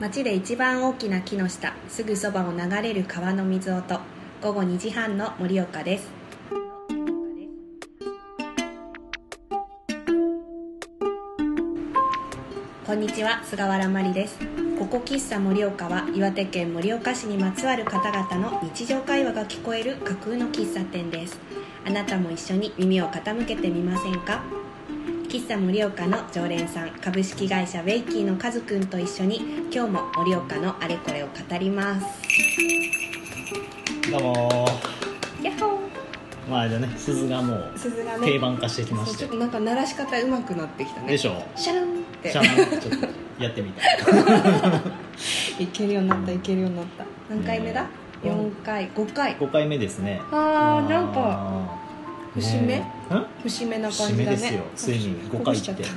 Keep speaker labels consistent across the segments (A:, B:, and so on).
A: 町で一番大きな木の下すぐそばを流れる川の水音午後2時半の盛岡ですこんにちは菅原真理ですここ喫茶盛岡は岩手県盛岡市にまつわる方々の日常会話が聞こえる架空の喫茶店ですあなたも一緒に耳を傾けてみませんか喫茶盛岡の常連さん株式会社ウェイキーのカズくんと一緒に今日も盛岡のあれこれを語ります
B: どうも
A: やっほ
B: ーまああれだね鈴がもう
A: ー鈴がね
B: 定番化してきま
A: そう
B: し
A: ち
B: て
A: ょっとなんか鳴らし方うまくなってきたね
B: でしょ
A: シャランって
B: シャーンちょっとやってみた
A: いけるようになったいけるようになった何回目だ、
B: うん
A: 四4回5回
B: 5回目ですね
A: あーなんか
B: あー
A: 節目
B: ねえん
A: 節目な感
B: 節
A: じ
B: 目
A: だ
B: で
A: ね
B: すよついに5
A: こぼ
B: 回
A: しち
B: 行
A: ゃ
B: って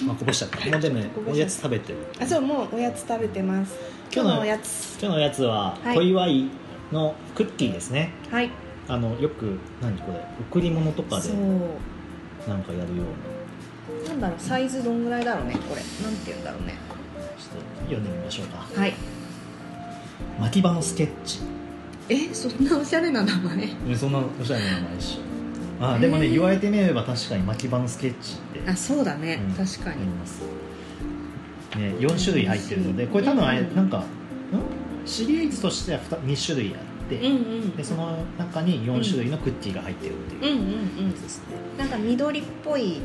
A: た
B: まあこぼしちゃったもうでもね
A: こぼ
B: お
A: しちゃった
B: やつ食べてる
A: あそうもうおやつ食べてます今
B: 今日の
A: 日のおやつ
B: 今日のおやつは
A: はい
B: 小祝いのクッキーですね
A: はい
B: あのよく何これ贈り物とかで
A: そう
B: なんかやるような
A: なんだろうサイズどんぐらいだろうねこれなんて言うんだろうね
B: ちょっと読んでみましょうか
A: はい
B: 牧場のスケッチ
A: えそんなおしゃれな名前
B: ねそんなおしゃれな名前でしょあでもね
A: へー
B: 言われてみれば確かに巻き場のスケッチって
A: あそうだね、
B: うん
A: 確か
B: あり
A: に
B: ます、ね、4種類入ってるのでこれ多分あれ
A: うん
B: なんかんシリーズとしては 2, 2種類あって、
A: うんうん
B: でその中に4種類のクッキーが入ってるって
A: うんう
B: い
A: ん
B: う
A: う
B: や
A: ん
B: つですね、
A: なんか緑っぽい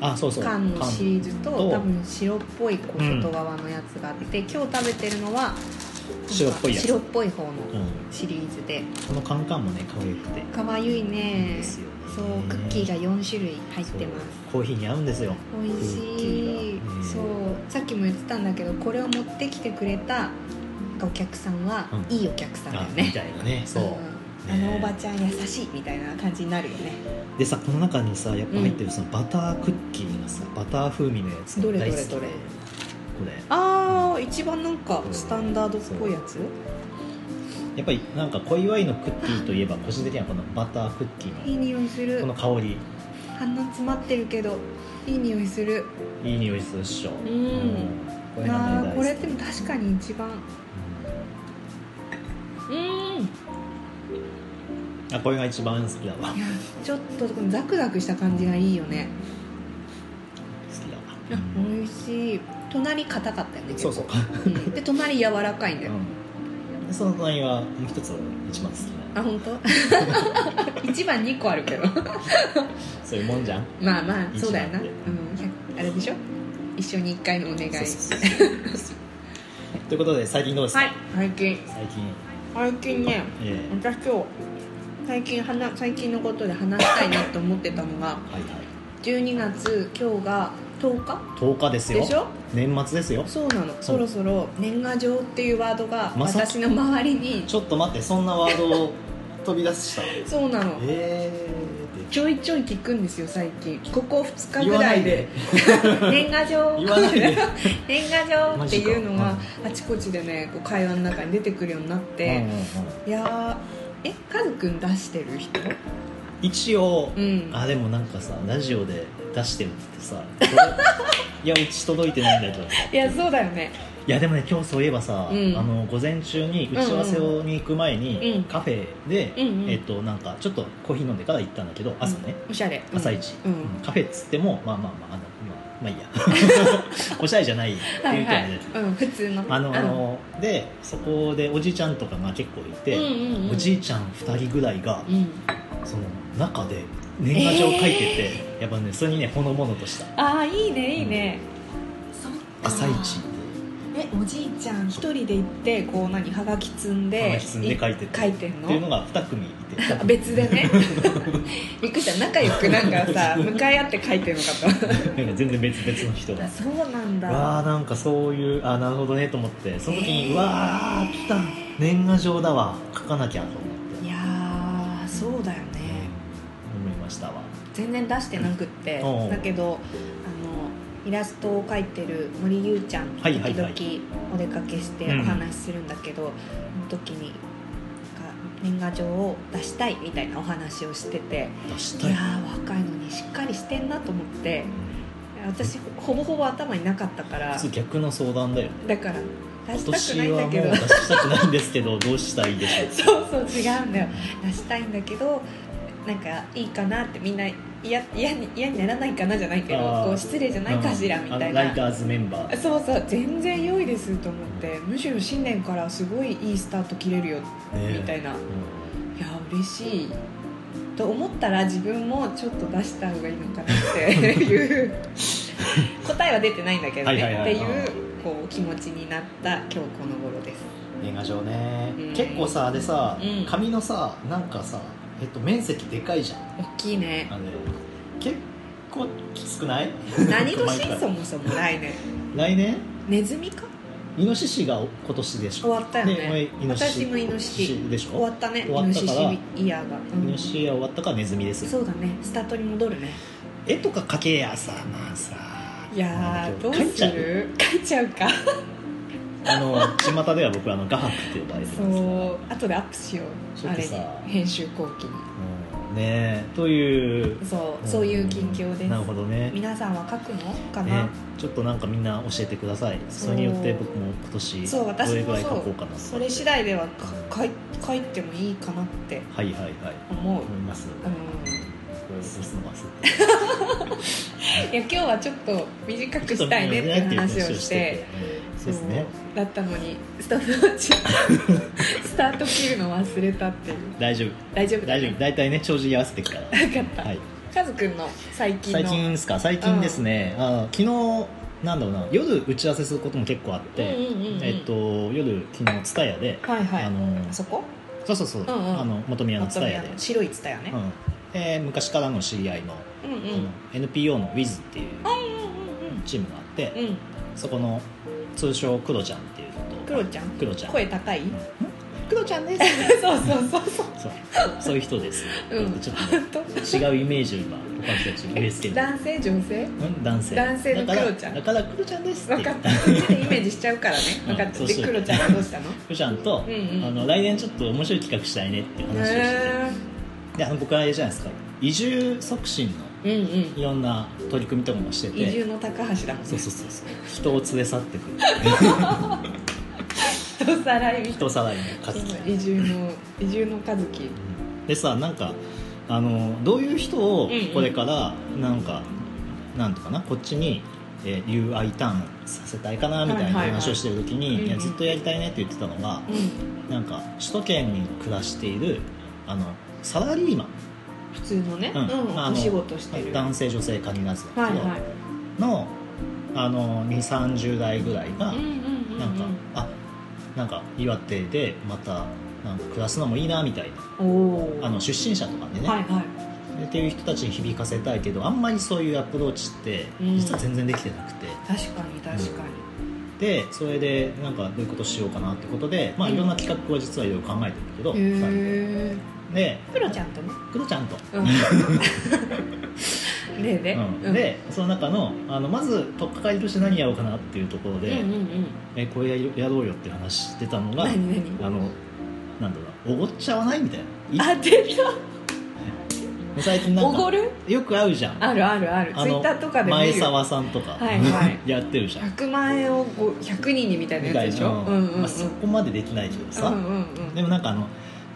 B: あそうそう
A: 缶のシリーズと
B: 缶
A: 多分白っぽいこう外側のやつがあって、今日食べてるのは
B: 白っぽいやつ
A: 白っぽい方の
B: うん、
A: シリーズで
B: このカンカンもね可愛くて
A: 可愛い
B: いいん
A: ね
B: ですよね
A: そうクッキーが4種類入ってます
B: そうコーヒーに合うんですよ
A: 美味しい、
B: クッキーがね
A: そうさっきも言ってたんだけどこれを持ってきてくれたなんかお客さんは、
B: うん
A: いいお客さんだよ
B: あみ
A: ね
B: たいなねそう、
A: うんあのおばちゃん優しいみたいな感じになるよね
B: でさこの中にさやっぱ入ってるそのバタークッキーがさバター風味のやつ
A: どれどれ
B: 大好きで
A: どれ
B: これ
A: ああ一番なんかスタンダードっぽいやつ
B: やっぱりなんか小祝いのクッキーといえば個人的にはこのバタークッキ
A: いい
B: ー
A: 匂いする
B: のこの香り
A: 鼻詰まってるけどいい匂いする
B: いい匂いするっしょ、
A: ん
B: これが
A: あ
B: ね
A: ー
B: 大
A: こ
B: 好き
A: れでも確かに一番うんい
B: うんあこれが一番好きだわ好
A: やちょっとこのザクザクした感じがいいよねあ
B: きだわ、うん
A: 美味しい隣硬かったよね結
B: そ
A: 構
B: うそう、
A: うんで隣柔らかいんだよ、
B: うん、でその隣はもう一つ一番好きな
A: あ本当 一番二個ある けど
B: そういうもんじゃん
A: まあまあそうだよな、う
B: 一
A: ん100
B: 番っ、
A: あれでしょ一緒に一回のお願い
B: そうそうそうそうということで最近どうですか、
A: はい最近
B: 最近、
A: 最近ね
B: えー
A: 私今日最近話最近のことで話したいなと思ってたのが
B: はいはい
A: 12月今日が10日
B: 10日ですよ
A: でしょ
B: 年末ですよ
A: そうなのそろそろ年賀状っていうワードが
B: まさ
A: 私の周りに
B: ちょっと待ってそんなワードを飛び出したえ
A: そうなの
B: え
A: ちょいちょい聞くんですよ最近ここ2日
B: ー、言
A: ぐ
B: わ
A: ら
B: ないい
A: で
B: で
A: 年賀状
B: 言わないで
A: 年賀状っていうのが
B: マジ
A: あちこちでねこう会話の中に出てくるようになっ
B: うん
A: て、
B: うんうん
A: いやーえカズくん出してる人
B: 一応、
A: うん
B: あでもなんかさラジオで出してるって 言ってさこれいやうち届いてないんだけど
A: いやそうだよね
B: いやでもね今日そういえばさ、
A: うん
B: あの午前中に打ち合わせをに行く前に、
A: うん
B: カフェで、
A: うんうん
B: えっとなんかちょっとコーヒー飲んでから行ったんだけど朝ね、
A: うんおしゃれ
B: 朝一、
A: うん
B: うんカフェっつってもまあまあまああのまあ、まあいい やおしゃれじゃないっていうと
A: はいは
B: ね
A: い、うん、普通の
B: あの、
A: うん
B: でそこでおじいちゃんとかが結構いて、
A: うんうんうん
B: おじいちゃん2人ぐらいが
A: うん、
B: その中で年賀状書いてて、やっぱねそれにねほのぼのとした
A: ああいいねいいね、そっか
B: 朝一で
A: えおじいちゃん一人で行ってこう何はがき積んで
B: 花積んで書いてて
A: 書いてんの
B: っていうのが2組いて2
A: あ
B: 組
A: 別で ね びっくりした仲良くなんかさ向かい合って書いてるのかと
B: なんか全然別々の人 が
A: あそうなんだ
B: わあなんかそういうあなるほどねと思ってその時に、うわあ来た年賀状だわ書かなきゃと思って
A: いやーそうだよね
B: 思いましたわ
A: 全然出してなくって、
B: うん
A: だけどあのイラストを描いてる森優ちゃんと
B: はい
A: 時
B: はい
A: 々
B: はい
A: お出かけして
B: うん
A: お話しするんだけど、その時になんか年賀状を出したいみたいなお話をしてて、
B: 出し
A: い
B: たい
A: やー若いのにしっかりしてんなと思って私ほぼほぼ頭になかったから
B: 普通逆の相談だよね
A: だから出
B: 今
A: したく
B: 年
A: ないん
B: は
A: だ
B: もう
A: け
B: 出
A: ど
B: したくないんですけどどうしたらいいでしょ う
A: そうそう違うんだよ出したいんだけどなんかいいかなってみんな嫌嫌に嫌にならないかなじゃないけど
B: あー
A: こう失礼じゃないかしらみた
B: あ
A: い
B: のライ
A: な
B: ターズメンバー
A: そうそう全然良いですと思ってむしろ新年からすごいいいスタート切れるよみた
B: ね
A: いな、
B: うん
A: いや嬉しいと思ったら自分もちょっと出した方がいいのかなっていう 答えは出てないんだけど
B: はいはい
A: ねっ
B: は
A: て
B: い
A: いうこう気持ちになった今日この頃です
B: 年賀状ね
A: うん
B: 結構さでさ
A: うん
B: 紙のさなんかさえっと面積でかいじゃん
A: 大きいね
B: あのね結構きつくない
A: 何
B: 毎
A: 年
B: 回
A: そもそも来年
B: 来年
A: ネズミか
B: イノシシが今年でし
A: 終
B: ょ
A: わったよね
B: ねイノシシ
A: 私もイノシシ
B: でし
A: 終わっ
B: ょ
A: たねイ
B: 終わ
A: ノ
B: った
A: シ
B: から
A: シイヤーが、う
B: イ
A: ん
B: ノシシは終わったからネズミです
A: そうだねスタートに戻るね
B: 絵とか描けやさまあさ
A: いやーどう
B: 描い
A: す
B: ちゃう
A: る書いちゃうか
B: あの巷では僕あの画伯って呼ばれて
A: そ
B: ますから
A: う後でアップしよ
B: ち
A: う
B: ょ
A: あ
B: っと
A: れ
B: さ
A: に編集後期に
B: うんねえという
A: そうそういう近況です
B: なるほどね
A: 皆さんは書くのかな、
B: ねちょっとなんかみんな教えてください
A: そう
B: それによって僕も今年
A: そう
B: ど
A: 私
B: れぐ
A: も
B: らい書
A: そ
B: こう
A: う
B: かな
A: それ次第ではか書い書いてもいいかなって
B: はいはいはい
A: 思う、
B: 思います
A: うん、
B: これ押すの 忘れ
A: い
B: て
A: や今日はちょっと短く
B: ちょっと
A: したいねっていう話をして
B: うんですね
A: そうだったのにスタート スタート切るの忘れたっていう
B: 大丈夫
A: 大丈夫だ
B: 大
A: ね
B: 丈夫大体ね長寿合わせていくか
A: 分かった、
B: らはい
A: カズくんの最近の
B: 最近ですか最近ですね、あ昨日なんだろうな夜打ち合わせすることも結構あっ
A: うん
B: て、
A: うんうんうん
B: えっと、夜昨日ツタヤで、
A: はいはい
B: あ
A: あ
B: の
A: そこ
B: そうそうそう、
A: んうん
B: あの元宮のツタヤで、
A: の白いツタヤね
B: う、んで昔からの知り合いの,、
A: うん、うんうん
B: あの NPO の WIZ っていうチームがあって、
A: うんうんうん
B: そこの通称クロちゃんっていうこと
A: クロちゃん
B: クロちゃん
A: 声高い
B: クロちゃんです
A: そうそうそうそう
B: そうそういう人です、
A: うん
B: ちょっとね
A: 本当
B: 違うイメージを今他の人たちに植え付ける
A: 男性女性
B: うん男性
A: 男性の
B: だから
A: クロちゃん
B: だからクロちゃんですって
A: 分か
B: 言
A: っ
B: った
A: たこっちでイメージしちゃうからね分かった
B: うん
A: で
B: そうそう
A: クロちゃんはどうしたの
B: ふちゃんと、
A: うんうん
B: あの来年ちょっと面白い企画したいねっていう話をしてて、
A: へ
B: であの僕はあれじゃないですか移住促進の
A: ーうん
B: いろんな取り組みとかもして
A: うん移
B: て
A: 住の高橋だもん
B: そう
A: ね
B: そうそうそう人を連れ去って くる
A: 人さらいみたい
B: 人さらいの活動
A: な移住の移住の和樹
B: でさなんかあのどういう人を
A: うんうん
B: これからなんか、なんとかなこっちに、えー、UI ターンさせたいかなみたいな
A: はいはいはい
B: 話をしてる時に、
A: うんうん
B: いやずっとやりたいねって言ってたのが、
A: うん
B: なんか首都圏に暮らしているあのサラリーマン
A: 普通のねう
B: うん
A: ん
B: あの
A: お仕事してるはい
B: 男性女性限らずだけど、
A: はい
B: のあの2 3 0代ぐらいが、
A: うんうんうんう
B: なんかあなんか岩手でまたなんか暮らすのもいいなみたい
A: お
B: な
A: お
B: あの出身者とかでね、
A: はいはい
B: っていう人たちに響かせたいけどあんまりそういうアプローチって
A: うん
B: 実は全然できてなくて、
A: 確かに確かに
B: でそれでなんかどういうことしようかなってことで、まあ、
A: うん
B: いろんな企画は実はいろいろ考えてるけど、
A: へえ
B: で
A: クロちゃんと ね
B: クロちゃんと。
A: うんねえね
B: うん、でその中のあのまず取っかかりとして何やろうかなっていうところ
A: うん
B: で、
A: うんうん
B: えこれやりやろうよって話してたのが
A: 何何
B: あのなんだろうおごっちゃわないみたいな
A: あ
B: い
A: 出た
B: もう最近な
A: お
B: んか
A: ごる
B: よく会うじゃん
A: あるあるあるツイ
B: あの
A: ッターとかで見る
B: 前澤さんとか、
A: はいは
B: やってるじゃん
A: 100万円をご100人にみたいなやつでしょ
B: み
A: う
B: た
A: ん
B: い
A: う
B: な
A: んうん
B: まあ、そこまでできないけどさ、
A: うんうんうん
B: でもなんかあの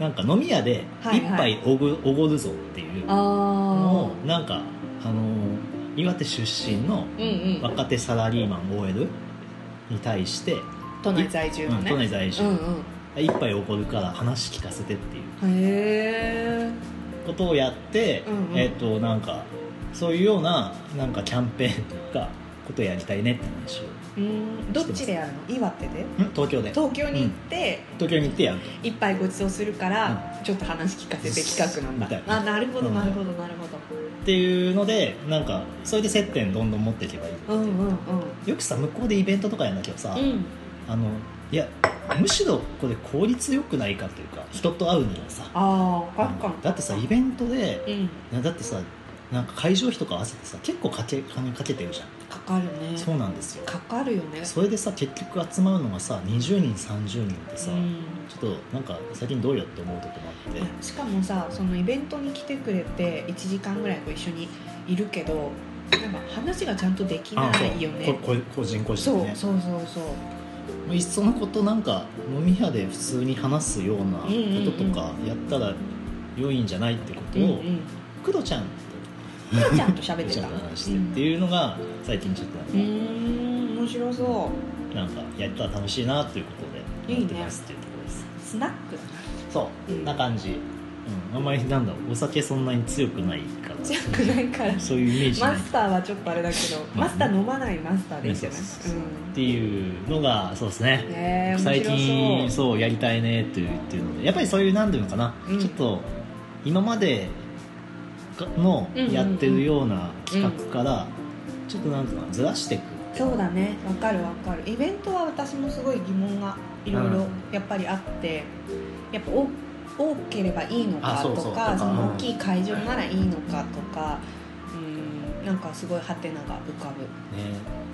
B: なんか飲み屋で
A: はい
B: 一
A: はい
B: 杯おご,、おごるぞっていうの
A: あ
B: をなんかあの岩手出身の
A: あうんうん
B: 若手サラリーマン OL に対して、
A: 都内在住
B: う
A: の
B: ん、
A: ね
B: 都内在住、
A: うん
B: 一杯おごるから話聞かせてっていう
A: うんへえ
B: ことをやって、
A: うんうん
B: えっ、となんかそういうようななんかキャンペーンとかことやりたいねって話を
A: うんどっちでやるの岩手で
B: ん東京で東
A: 東京に行って
B: 京に行ってやると
A: 一杯ごちそうするからちょっと話聞かせて企画な
B: みた
A: ん
B: い
A: だ
B: な
A: あなるほど
B: うん
A: なるほどなるほ
B: っていうのでなんかそれで接点どんどん持っていけばいい
A: どうんうんうん
B: よくさ向こうでイベントとかやんだけどさ、
A: うん
B: あのいやむしろこれ効率よくないかというか人と会うにはさ
A: ああ確か
B: だってさイベントで
A: にうん
B: なだってさなんか会場費とか合わせてさ結構かけ金かけてるじゃ
A: か
B: ん、
A: かるね
B: そうなんですよ
A: かかるよね
B: それでさ結局集まるのがさ20人30人ってさ、
A: うん
B: ちょっとなんか最近どうよって思うとこもあって、
A: しかもさそのイベントに来てくれて1時間ぐらいこう一緒にいるけどなんか話がちゃんとできな
B: あそう
A: いよね
B: ここ個人個
A: そ
B: 人
A: う
B: でね
A: そうそうそう
B: まあいっそのことなんか飲み屋で普通に話すようなこととかやったら良いんじゃないってこと
A: うんう
B: を
A: ん
B: クロちゃんと
A: クロちゃんと喋
B: ク
A: っ
B: ロ
A: て
B: ちゃ
A: た
B: んと話してっていうのが最近ちょっと
A: うんうーん面白そ
B: なんかやったら楽しいなということでやってますっていうところです
A: うスナックだな
B: そう、
A: うん
B: な感じ、うん、あんまりなんだろうお酒そんなに強くないから
A: 強くないから
B: そういうイメージない
A: マスターはちょっとあれだけど
B: あ
A: マスター飲まないマスターでいいんじゃない
B: ねそうそうそうっていうのがそうですね
A: うんねえ
B: 最
A: 面
B: 近
A: 白
B: そうやりたいねっていう言ってるのでやっぱりそういうなんていうのかな、
A: うん
B: ちょっと今までの
A: うんうんうん
B: やってるような企画からちょっとなんていうのかなずらしていく
A: そうそうだねわかるわかるイベントは私もすごい疑問がいろいろやっぱりあってやっぱ多多ければいいのか
B: あ
A: と
B: そう
A: か
B: そう
A: そ
B: とか
A: の大きい会場ならいいのかとかうんなんかすごいハテナが浮か
B: ね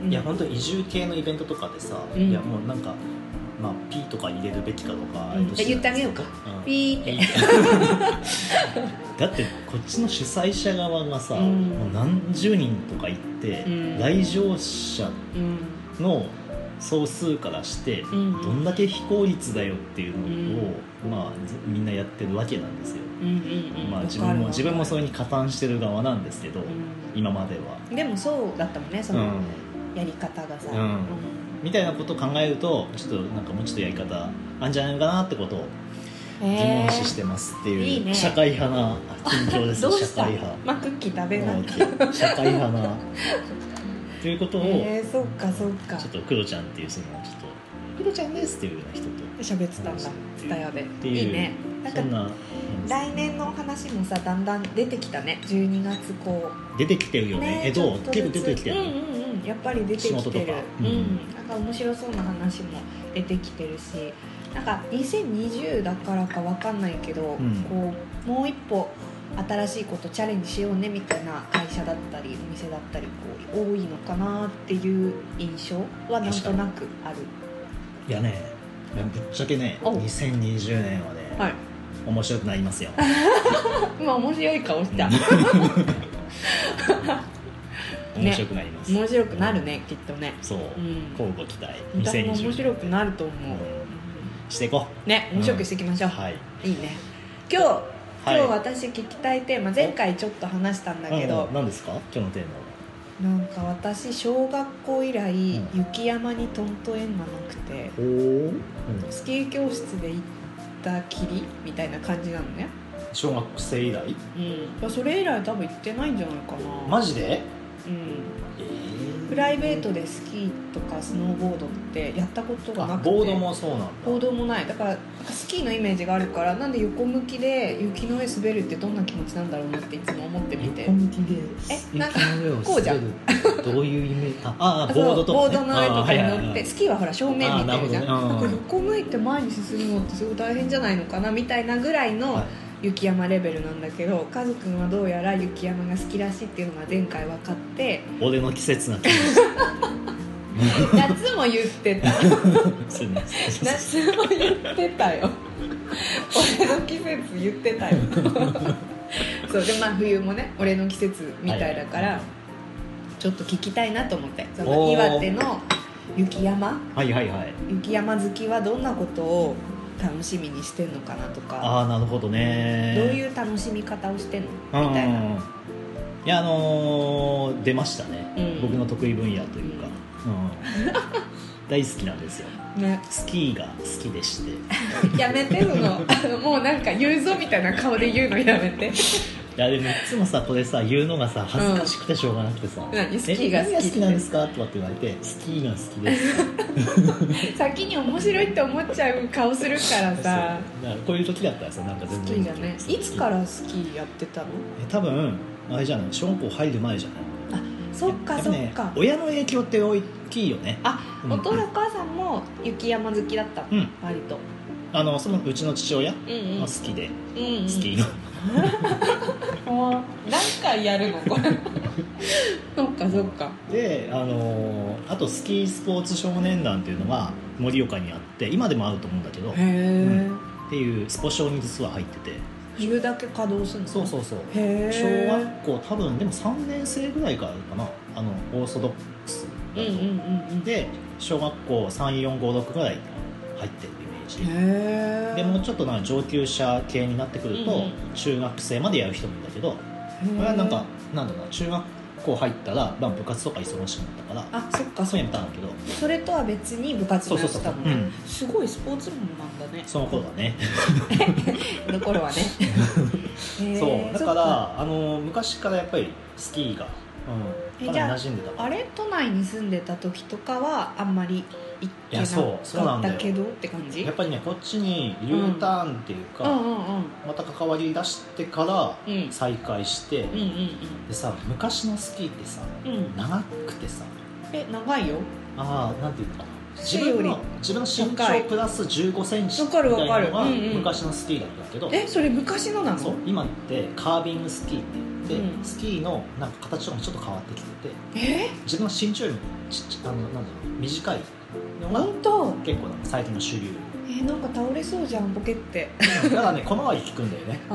A: ぶ、うん、
B: いや本当移住系のイベントとかでさ、
A: うん
B: いやもうなんか、まあ、P とか入れるべきかとか、
A: うんえ言ってあげようか、
B: うん
A: ピーって
B: だってこっちの主催者側がさ、
A: うん
B: もう何十人とか行って、
A: うん
B: 来場者
A: うん
B: の総数からして、
A: ん
B: どんだけ非効率だよっていうのを、まあずみんなやってるわけなんですよ、
A: うんうんうん
B: まあ、
A: わかる
B: 自分も
A: わ
B: 自分もそれに加担してる側なんですけど、
A: うん
B: 今までは。
A: でもそうだったもんねそ
B: うん
A: のやり方がさ、
B: うんみたいなことを考えるとちょっとなんかもうちょっとやり方あんじゃないのかなってことを疑問視してますって
A: えーい
B: い、
A: いうね
B: 社会派な緊張です
A: どう
B: 社
A: した
B: 会派
A: マクッキー食べな
B: もう社会派なということを、
A: えー、そうかそうか
B: ちょっとクロちゃんっていうそのちょっとクロちゃんですっていうような人と
A: 喋ってたんだ
B: そう
A: 蔦屋で
B: っていう
A: いいねなん
B: そん
A: か
B: な
A: 来年のお話もさだんだん出てきたね12月こ
B: 出てきてる
A: う
B: よね
A: ね
B: えどう
A: ちょ
B: 結
A: っと
B: 構出
A: ずつ
B: てきてる
A: うん
B: ね
A: うんうんやっぱり出て
B: 仕
A: き
B: 事と
A: て
B: か
A: るう、
B: うんん
A: なんか面白そうな話も出てきてるしなんか2020だからかわかんないけど、
B: ん
A: こうもう一歩新しいことチャレンジしようねみたいな会社だったりお店だったりこう多いのかなっていう印象はなんとなくある
B: いやねぶっちゃけね
A: お
B: 2020年はね、
A: はい
B: 面白くな りますよ
A: 今面白い顔した
B: 面白くなります、
A: 面白くなるねきっとね
B: そう
A: うん
B: 交互期待
A: 多分
B: 2020
A: 面白くなると思う
B: していこ
A: ね面白くしていきましょ
B: う
A: う、
B: はい
A: いいね今日今
B: はい
A: 日私聞きたいテーマ前回ちょっと話したんだけど
B: うん何ですか今日のテーマは
A: なんか私小学校以来
B: うん
A: 雪山にトント縁がなくて
B: おお
A: スキー教室で行ったきりみたいな感じなのね
B: 小学生以来
A: うんいやそれ以来多分行ってないんじゃないかな
B: マジで
A: うん
B: えー
A: プライベートでスキーとかスノーボードってやったことがな
B: あ
A: くて
B: ボードもそうなんだ
A: 行動もないだからなんかスキーのイメージがあるからなんで横向きで雪の上滑るってどんな気持ちなんだろうなっていつも思ってみて
B: 横向きで
A: えなんか
B: 雪の上を
A: こうじゃん
B: 滑るってどういうイメージ ああ
A: あ
B: あ
A: そう
B: ボードとか、ね、
A: ボードの上とかに
B: あーはい
A: 乗
B: は
A: っ
B: いは
A: て
B: い
A: スキーはほら正面見てるじゃん
B: あーなるほどねうん
A: なんか横向いて前に進むのってすごい大変じゃないのかなみたいなぐらいの
B: はい
A: 雪山レベルなんだけどカズくんはどうやら雪山が好きらしいっていうのが前回分かって
B: 俺の季節な気がし
A: 夏も言ってた
B: ますね
A: 夏も言ってたよ俺の季節言って たよそうでまあ冬もね俺の季節みたいだから、ちょっと聞きたいなと思ってその
B: おー
A: 岩手の雪山
B: はいはいはい
A: 雪山好きはどんなことを楽しみにしてんのかなとか
B: ああなるほどね
A: どういうう楽しみ方をしてんの
B: ん
A: みたいな、うん
B: いやあのー出ましたね、
A: うん
B: 僕の得意分野というか、 うん大好きなんですよ
A: ね、
B: スキーが好きでして
A: やめてそのあの もうなんか言うぞみたいな顔で言うのやめて
B: いやでもいつもさこれさ言うのがさ恥ずかしくてしょうがなくてさ「
A: 何
B: え
A: スキーが好き
B: 何好きなんですか?」とかって言われて「スキーが好きです」
A: 先に面白いって思っちゃう顔するから
B: そう
A: さ
B: だからこういう時だったらさなんか
A: ス
B: 全
A: キ
B: 然
A: ーだねいつからスキーやってたの
B: え多分あれじゃない小学校入る前じゃない
A: そっか
B: や
A: そ
B: ぱね
A: っか、
B: 親の影響って大きいよね
A: あ
B: うん
A: お父さんお母さんも雪山好きだったの、
B: うん
A: 割と
B: あのそのうちの父親
A: うんうん
B: が好きで、
A: うんうん
B: スキーの
A: もう何回やるのこれ そっかそっか
B: であのーあとスキースポーツ少年団っていうのが盛岡にあって今でもあると思うんだけどっ
A: へえ、
B: ていうスポ少に実は入ってて
A: いるだけ稼働するの
B: そうそううそう
A: へえ
B: 小学校多分でも3年生ぐらいからかなあのオーソドックス
A: うん
B: 画
A: うん
B: 像
A: うん
B: で小学校3456ぐらい入ってるイ
A: うん
B: メージ
A: へえ
B: でもうちょっとなんか上級者系になってくる
A: うん
B: と
A: うん
B: 中学生までやる人もいるんだけどこ
A: こ
B: れはなんかなんだろうな中学校入ったら、まあ、部活とか忙しくなったから
A: あそっか
B: そ
A: そうっ
B: やめたん
A: か
B: だけど
A: それとは別に部活
B: そう
A: もや
B: そう
A: って
B: そう
A: たも
B: そう、
A: ん
B: う
A: ね
B: ん、
A: すごいスポーツ部なんだね
B: その頃はね
A: の頃はね へえ
B: そうだ
A: そ
B: か
A: っから
B: あの昔からやっぱりスキーが、う
A: え
B: ん、か
A: じゃあ
B: なり馴染んでた
A: あれ都内に住んでた時とかはあんまり行って
B: いやそうそう
A: なか
B: な
A: っ
B: んだよ
A: たけどって感じ
B: やっぱりねこっちに U ターンっていう
A: うん
B: か、
A: うんうん
B: また関わり出してから
A: うん
B: 再開して、
A: うん
B: でさ昔のスキーってさ
A: うんうんうん
B: 長くてさ
A: え長いよ
B: ああなんていうのかな
A: 背
B: 自
A: よ
B: 分
A: り
B: の自分の身
A: 高い
B: 長プラス1 5センチ
A: わ
B: み
A: か
B: たい
A: るわか
B: な
A: る
B: のが
A: うんうん
B: 昔のスキーだったんだけど、
A: えそれ昔のなの
B: そう今ってカービングスキーって言って、
A: うん
B: スキーのなんか形とかもちょっと変わってきてて
A: え
B: 自分の身長よりもちっちゃあのなんだろう短いのが
A: 本当
B: 結構なんか最近の主流
A: えなんか倒れそうじゃんボケって
B: だか らね小回り効くんだよね
A: あ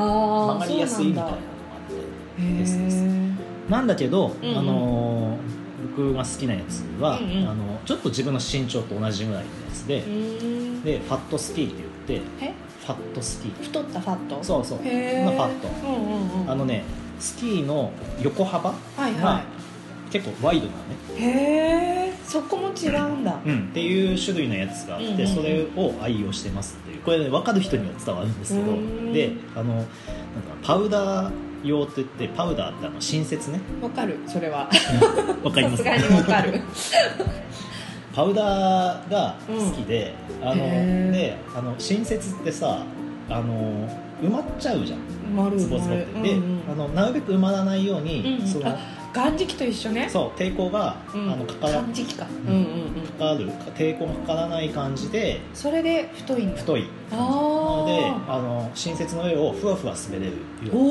B: 曲がりやすいみたいなのがあってですです
A: へ
B: なんだけど、
A: んうん
B: あのー僕が好きなやつは、
A: うんうん
B: あのちょっと自分の身長と同じぐらいのやつ
A: え
B: で、でファットスキーって言って
A: え
B: ファットスキー
A: 太ったファット
B: そうそう
A: へえ
B: まあファット
A: うんうんうん
B: あのねスキーの横幅
A: はい
B: が
A: は
B: 結構ワイドなのね、
A: いへえそこも違うんだ
B: うんっていう種類のやつがあって、
A: うんうんうん
B: それを愛用してますっていうこれね分かる人には伝わるんですけど
A: うん
B: であのなんかパウダー用って言ってパウダーってあの新雪 ね
A: わかるそれは
B: わかり
A: さ
B: ま
A: す
B: す
A: がにわかる
B: パウダーが好きで、あの
A: へー
B: であの新雪ってさあの埋まっちゃうじゃん
A: 丸る
B: ツボツボって、で、
A: うん
B: あ
A: うん
B: のなるべく埋まらないように、
A: うんうん
B: その
A: あ眼軸と一緒ね
B: そう抵抗が、
A: うん
B: あのかから
A: 眼軸かうん
B: ん
A: うんうん
B: かかる抵抗がかからない感じで
A: それで太いんだ
B: 太い
A: あ
B: 感じなの
A: ー
B: であの新雪の上をふわふわ滑れるよう
A: お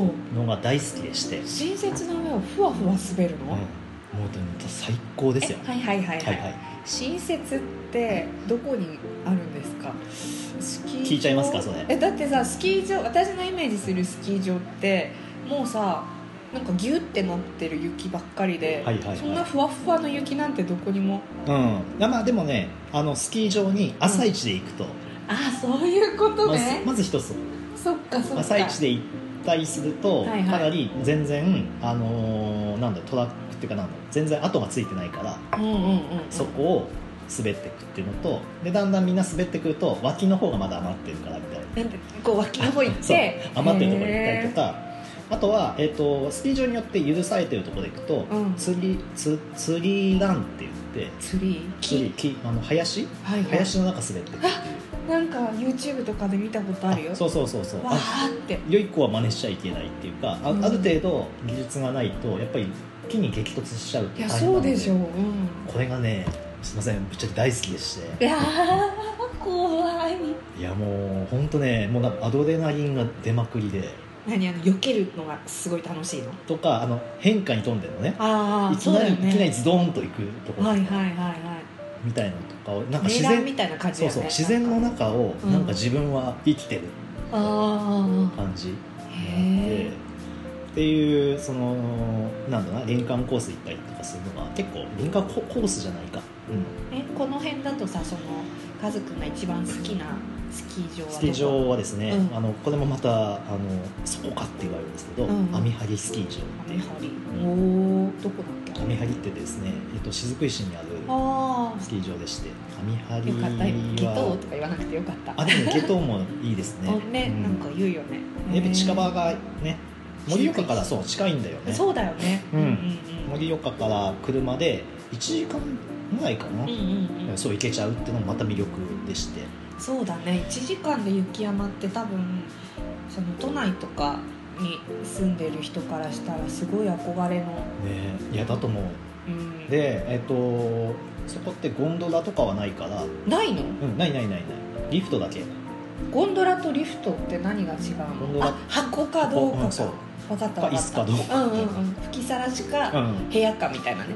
A: お
B: なのが大好きでして、うん、
A: 新雪の上をふわふわ滑るの、
B: もうとにかく最高です
A: え
B: よ
A: はいはいはいは、
B: はいいはい
A: 新雪ってどこにあるんですかスキー場
B: 聞いちゃいますかそれ
A: えだってさスキー場私のイメージするスキー場ってもうさなんかギュってなってる雪ばっかりで、
B: はいはいはい
A: そんなふわふわの雪なんてどこにも
B: うん、いやまあでもねあのスキー場に朝一で行くと、
A: あそういうこと
B: まず
A: ね、
B: まず一つ
A: そっかそっか
B: 朝一で行ったりすると、
A: はいはい
B: かなり全然、あのーなんだトラックっていうかなんだ全然跡がついてないから
A: うんうんうんうん
B: そこを滑っていくっていうのとでだんだんみんな滑ってくると脇の方がまだ余ってるからみたいな
A: なんてこう脇の方行っ
B: そう
A: て
B: 余ってるところ行ったりとかあとは、えー、とスキー場によって許されてるところで行くと、
A: うん
B: 釣りつ釣りランって言って
A: ツリー
B: 釣り木あの林
A: はいはい
B: 林の中滑ってくる
A: なんか YouTube とかで見たことあるよ
B: そうそうそうそう
A: わーって
B: 良い子は真似しちゃいけないっていうかあ,、
A: うん
B: ある程度技術がないとやっぱり木に激突しちゃうと
A: いや
B: 大変
A: そ
B: な
A: うん
B: で
A: でしょう、うん、
B: これがねすいませんぶっちゃけ大好きでして
A: いやー怖い
B: いやもう本当ねもうなんかアドレナリンが出まくりで
A: 何あの避けるのがすごい楽しいの
B: とかあの変化に飛んでるのね
A: あ
B: い
A: あ
B: き
A: そう
B: な
A: だ
B: り、
A: よ
B: いきなり
A: ね
B: ズドーンと行くところ
A: はいはいはいは
B: みたいなのとかをなん
A: い
B: か
A: メー
B: 自
A: ラーみ
B: 然
A: たいな感じ
B: そ
A: だよ
B: う
A: ね
B: そう自然の中を
A: うん
B: なんか自分は生きてる
A: ああ
B: 感じ
A: へえ
B: っていうそのなんだろうな林間コース行ったりとかするのが結構林間ココースじゃないか、うん、
A: えこの辺だとさそのカズくんが一番好きなスキー場はどこ
B: スキー場はですね、
A: うん
B: あのこれもまたあのそこかって言われるんですけど、
A: うん
B: 網張スキー
A: 雨
B: 場
A: 張り
B: う
A: おおどこだっけ
B: 網張ってですね、えっと、雫石にある
A: あ
B: スキー場でして網
A: あよかったよ「
B: 張
A: ギトー」
B: は
A: とか言わなくてよかった
B: あでも下等もいいですね
A: あ ね、
B: うん
A: なんか言うよね
B: やっぱ近場がね盛岡からそう近いんだよ
A: へー
B: ね
A: そうだよね
B: うん
A: うん
B: 盛岡から車で1時間ぐらいかな、
A: うんうんうん
B: そう行けちゃうっていうのもまた魅力でして
A: そうだね1時間で雪山って多分その都内とかに住んでる人からしたらすごい憧れの、
B: ねいやだと思う
A: うん、
B: でえっ、とそこってゴンドラとかはないから
A: ないの
B: うんないないないないリフトだけ
A: ゴンドラとリフトって何が違う
B: ゴンド
A: の
B: ラ
A: あ箱かどうか
B: う
A: か、
B: んそう
A: 分かった
B: か
A: 分
B: 椅
A: か
B: 子
A: っ
B: か
A: た
B: どうか
A: うんうんうん吹きさらし
B: う
A: か
B: ん
A: 部屋かみたいなね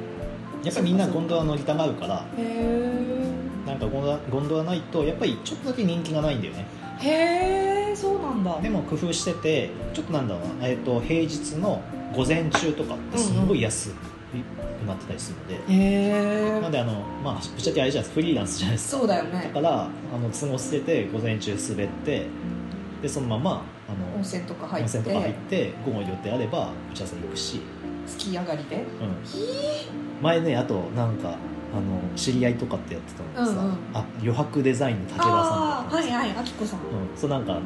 B: やっぱりみんなゴンドラ乗りたがるから
A: へ
B: なんかゴンドラゴンドラないとやっぱりちょっとだけ人気がないんだよね
A: えへえそうなんだ
B: でも工夫しててちょっとなんだろうな、えっと平日の午前中とかってすごい安い、埋まってたりするので、
C: へ
B: な
C: え
B: んであの、まあ、ぶっちゃけあれじゃないですかフリーランスじゃないですか
C: そうだよ
B: だ
C: ね
B: からあの都合捨てて午前中滑ってでそのままあの
C: 温泉とか
B: 温
C: 入って
B: 泉とか入って午後予定あれば打ち合わせ行くし、
C: 月上がりで
B: うん、前ねあとなんかあの知り合いとかってやってたのがさ、
C: うんうん
B: あ余白デザインの武田さんだったんですよ、
C: はいあきこさん
B: うん、そうなんかあの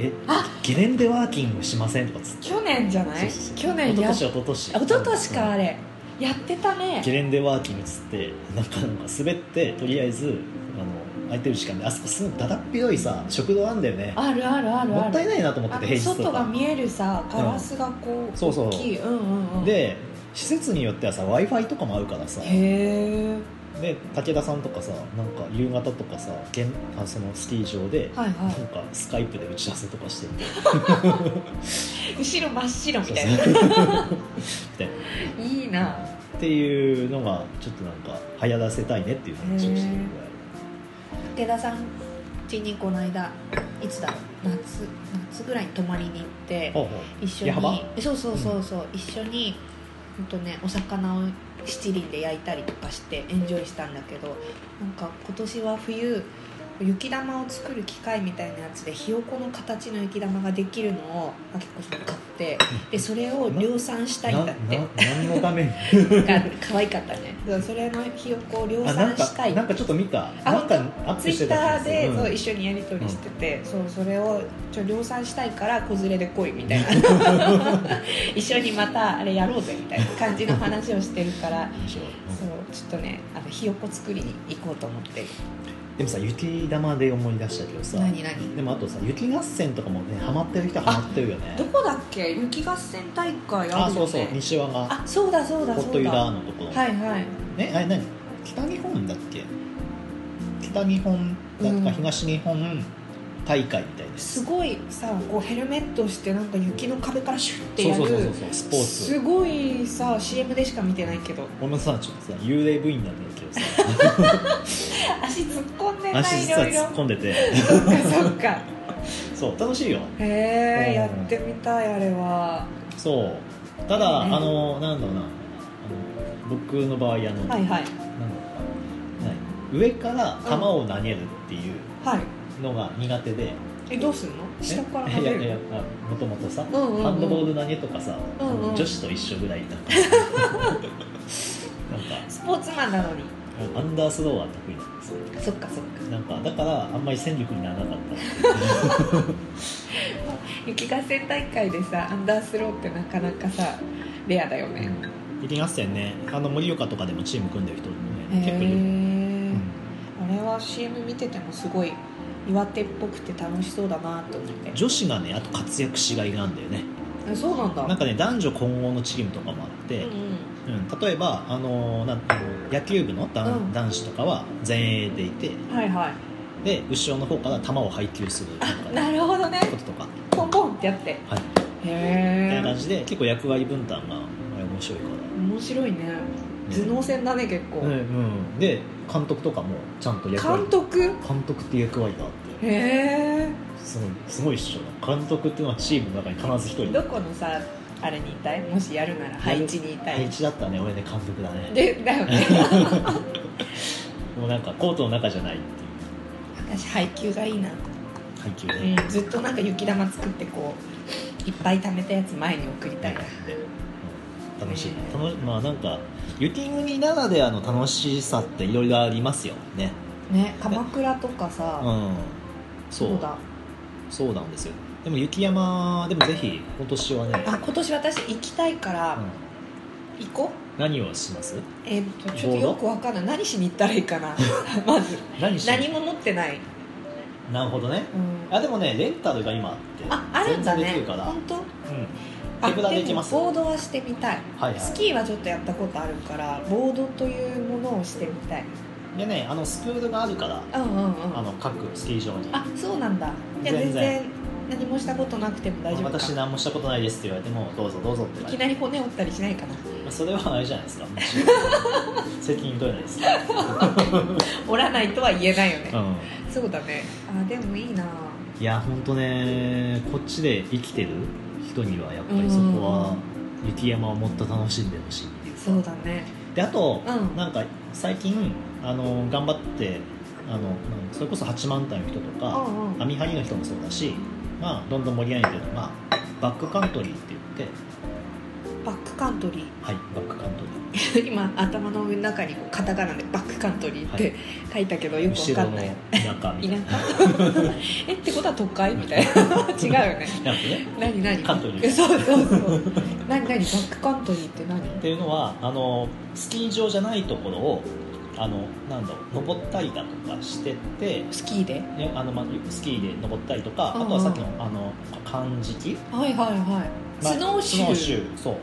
B: え
C: あ
B: ゲレンデワーキングしませんとかっつって
C: 去年じゃない
B: そうそうそう
C: 去年
B: 一昨
C: や
B: 年一昨年
C: あ一昨年かあ
B: れ
C: れやってたね
B: ゲレンデワーキングっつってなんかなんか滑ってとりあえずあの空いてる時間であそこすごいだだっ広いさ食堂あんだよね
C: あるあるあるある
B: もったいないなと思ってて
C: あ
B: 平日
C: 外
B: と
C: が
B: か
C: 見えるさガラスがこう、大きい
B: そうそう
C: うんうんうん
B: で施設によってはさ w i f i とかもあるからさ
C: へえ
B: で武田さんとかさなんか夕方とかさ現あそのスキー場で、
C: はいは
B: なんかスカイプで打ち合わせとかしてて
C: い後ろ真っ白みたいな
B: そうそう
C: いいな
B: っていうのがちょっとなんか流行らせたいねっていう話をしてるぐら
A: 武
B: い
A: 田さん家にこの間いつだろう夏夏ぐらいに泊まりに行って
B: ほうほう
A: 一緒
B: 矢幅
A: にそうそうそうそう、一緒にほんとねお魚を七輪で焼いたりとかしてエンジョイしたんだけどなんか今年は冬雪玉を作る機械みたいなやつでひよこの形の雪玉ができるのをあきこさん買ってでそれを量産したいんだって
B: なな何のため に
A: が可愛かったねそうそれのひよこを量
B: あな
A: 産
B: んか
A: したい
B: なんかちょっと見た
A: あ
B: なんかアッ
A: ツ
B: プ
A: イ
B: して
A: ッ
B: た
A: タ
B: や
A: ー
B: つ
A: で、
B: うん
A: そう一緒にやり取りしてて、そうそれをちょ量産したいから子連れで来いみたいな 一緒にまたあれやろうぜみたいな感じの話をしてるから
B: 面白いうん
A: そうちょっとねあのひよこ作りに行こうと思ってる
B: でもさ雪玉で思い出したけどさ
A: 何何
B: でもあとさ雪合戦とかもねハマってる人はハマってるよね
C: どこだっけ雪合戦大会あ
B: あ
C: る
B: そ
C: よ
B: うそう
C: ね
B: 西和が
A: あそうだそうだ
B: ホ
A: そ
B: ット
A: う
B: ユダ
A: だ
B: ーのところ
A: はいはい
B: えあれ何北日本だっけ北日本だと
C: う
B: か
C: ん
B: 東日本大会みたいです、
C: すごいさこうヘルメットをしてなんか雪の壁からシュッて
B: そう
C: や
B: そうそうそう
C: る
B: そうスポーツ
C: すごいさ CM でしか見てないけど
B: 俺もさちょっとさ幽霊部員なんだけ どさ
C: 足突っ込んでない
B: 足
C: い
B: さ
C: ろいろ
B: 突っ込んでて
C: そっかそっか
B: そう楽しいよ
C: へ
B: うん
C: えやってみたいあれは
B: そうただ、
C: ね
B: あのなんだろうなあの僕の場合あの、
C: はいはい
B: なんだろうなはい上から球を投げるっていう
C: はい
B: のが苦手で、
C: えどうすんの下から
B: え
C: 投
B: い
C: げ
B: やいや
C: る
B: もともとさ、
C: うんうんうん
B: ハンドボール投げとかさ、
C: うんうん
B: あの女子と一緒ぐらい なんかなんか
C: スポーツマンなのに
B: アンダースローは得意なんです
A: そ
B: よ
A: っかそっか
B: なんかだからあんまり戦力にならなかっ
A: 雪合戦大会でさアンダースローってなかなかさレアだよ
B: た、
A: ね
B: 雪合戦ねあの盛岡とかでもチーム組んでる人も
C: へ
B: ね結構いる、う
C: え
B: ん
C: あれは CM 見ててもすごい岩手っぽくて楽しそうだなと思って
B: 女子がねあと活躍しがいなんだよね
C: えそうなんだ
B: なんかね男女混合のチームとかもあって、
C: うんうん
B: うん例えば、あのーなんあの野球部の男,、
C: うん
B: 男子とかは前衛でいて
C: はいはい
B: で後ろの方から球を配球するなんかね
C: なるほどね
B: こととか、は
C: ポンポンってやってへ
B: い、みたいな
C: え
B: 感じで結構役割分担が面白いから、
C: 面白いね頭脳戦だね結構、
B: うんうん、で監督とかもちゃんと役割
C: 監督
B: 監督っていう役割があって
C: へえ
B: すごいすごいっしょ監督っていうのはチームの中に必ず一人
C: どこのさあれにいたいもしやるなら配置にいた
B: 配
C: い
B: 置だったね俺ね監督だね
C: でだよね
B: もうなんかコートの中じゃないっていう
C: 私配給がいいな、
B: 配球
C: う
B: で、
C: ん、ずっとなんか雪玉作ってこういっぱい貯めたやつ前に送りたいな
B: でうん楽しい楽しまあなんか雪国ならではの楽しさっていろいろありますよね
C: ね鎌倉とかさ、
B: うんそう
C: そうだ
B: そうなんですよでも雪山でもぜひ今年はね、
C: あ今年私行きたいから
B: うん
C: 行こ
B: 何をします
C: う、えーっとちょっとよくわかんない何しに行ったらいいか なまず
B: 何し
C: 何も持ってない、
B: なるほどね
C: うん、
B: あでもねレンタルが今あって
C: ああるんだ
B: 全然
C: ね
B: できるから、
C: 本当
B: うん、
C: あ
B: 手ぶらで行けます
C: もボードはしてみたい
B: はいはい
C: スキーはちょっとやったことあるからボードというものをしてみたい
B: でねあのスクールがあるから
C: うんうんうん
B: あ
C: あ
B: の各スキー場に
C: そうなんだじゃあ全
B: 全然
C: 然何もしたことなくても大丈夫か
B: 私何もしたことないですって言われてもどうぞどうぞって
C: い
B: 感
C: き
B: じ
C: なり骨折ったりしないかな
B: まあそれはあれじゃない ですか責任取れないですか
C: 折らないとは言えないよね、
B: うん
C: そうだねあでもいいない
B: や本当ねこっちで生きてる人にはやっぱりそこは雪山をもっと楽しんでほしいっていう
A: そうだね
B: であと、
A: うん
B: なんか最近あの頑張ってあのなんそれこそ八幡平の人と
A: うん
B: か
A: うん
B: 網張りの人もそうだし、まあ、どんどん盛り上げてるのがバックカントリーって言って
A: バックカント リ
B: はいバックカントリ
A: ー今頭の中にこうカタカナでバックカントリーって、
B: は
A: 書いたけど
B: ー
A: よくわ
B: 後
A: か
B: ろ
A: ん
B: の
A: ない
B: 田舎みたいな
A: えってことは都会み たいな違うよね
B: なんかね
A: 何何
B: カントリー
A: そうそうそう何何バックカントリーって何
B: っていうのはあのスキー場じゃないところをあのなんだろう登ったりだとかしてって
A: スキーで
B: ねあのまあ、スキーで登ったりとか、
A: うんうん
B: あとはさっきのあの漢字機、
A: はいはいはい
B: まあ
A: スノーシュー
B: そう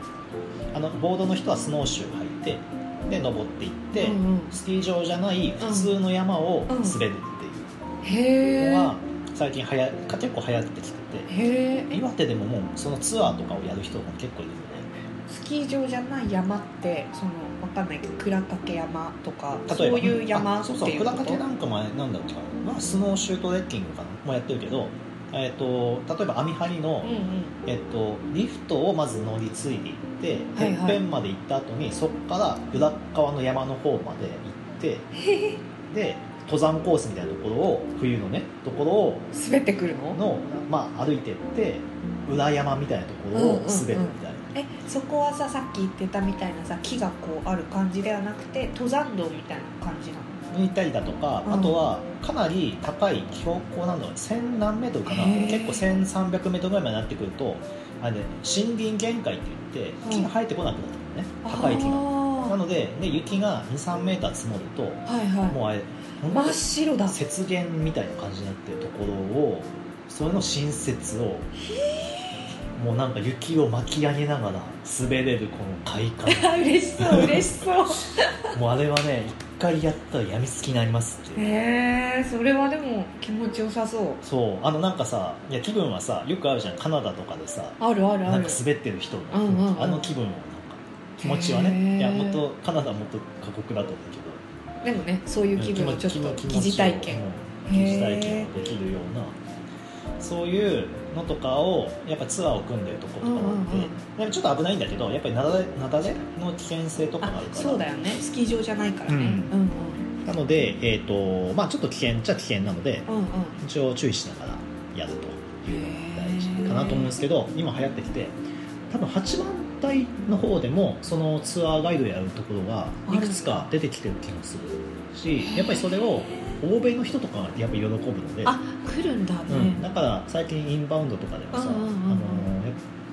B: あのボードの人はスノーシュー履いてで登っていって、
A: うんうん
B: スキー場じゃない普通の山を
A: うん
B: 滑るっ
A: へ
B: ていう
A: え
B: のが最近はや結構流行ってきて
A: へー
B: て岩手でももうそのツアーとかをやる人が結構いるよね
A: スキー場じゃない山ってそのわかんないけど倉掛山とか
B: 例えば
A: そういう山
B: あ
A: って
B: そう
A: いう
B: そう
A: こ
B: 倉
A: と
B: 掛なんかもあれなんだろうか、まあ、スノーシュートレッキングかなもやってるけど、えっと例えば網張りの、
A: うんうん
B: えっと、リフトをまず乗り継いでいって、
A: はいはい
B: てっぺんまで行った後にそこから裏側の山の方まで行ってで登山コースみたいなところを冬のねところを
A: 滑ってくるの
B: の、まあ、歩いてって裏山みたいなところを滑るみたいな、
A: えそこはささっき言ってたみたいなさ木がこうある感じではなくて登山道みたいな感じなの
B: 抜いたりだとか、
A: うん
B: あとはかなり高い標高なんだろう1000何メートルかな
A: へー
B: 結構1300メートルぐらいまでなってくるとあれ、ね、森林限界って言って木が生えてこなくなってくるね、高い木が。な
A: あ
B: のでで雪が2 3メーター積もると
A: ーはいは
B: もうあれ
A: い
B: 本当
A: 真っ白だ
B: 雪原みたいな感じになってるところをそれの新雪をもうなんか雪を巻き上げながら滑れるこの快 感
A: 嬉しそう嬉しそう
B: もうあれはね一回やったらやみつきになりますっていう
A: へえそれはでも気持ちよさそう
B: そうあのなんかさいや気分はさよくあるじゃんカナダとかでさ
A: あるあるあ
B: なん
A: る
B: か滑ってる人の、
A: うんうんうん
B: あの気分をなんか気持ちは
A: へー
B: ねいやもっとカナダはもっと過酷だと思うけ
A: で
B: ど
A: もねそういう気分をちょっと疑似体験
B: うん疑似体験ができるようなそういうのとかをやっぱツアーを組んでるところとかもあっ
A: う
B: て、
A: んうんうん
B: でもちょっと危ないんだけどやっぱり雪崩雪崩の危険性とかがあ
A: あ
B: るから
A: そうだよねスキー場じゃないからね、う、
B: うん
A: うん
B: なので、えーとまあ、ちょっと危険っちゃ危険なので
A: うんうん
B: 一応注意しながらやるというのが大事かなと思うんですけど今流行ってきて多分八番隊の方でもそのツアーガイドやるところがいくつか出てきてる気がするしやっぱりそれを欧米の人とかがやっぱり喜ぶので、
A: あ来るんだね、
B: うん、だから最近インバウンドとかでもさ、
A: うんうんうんうん
B: あのやっぱ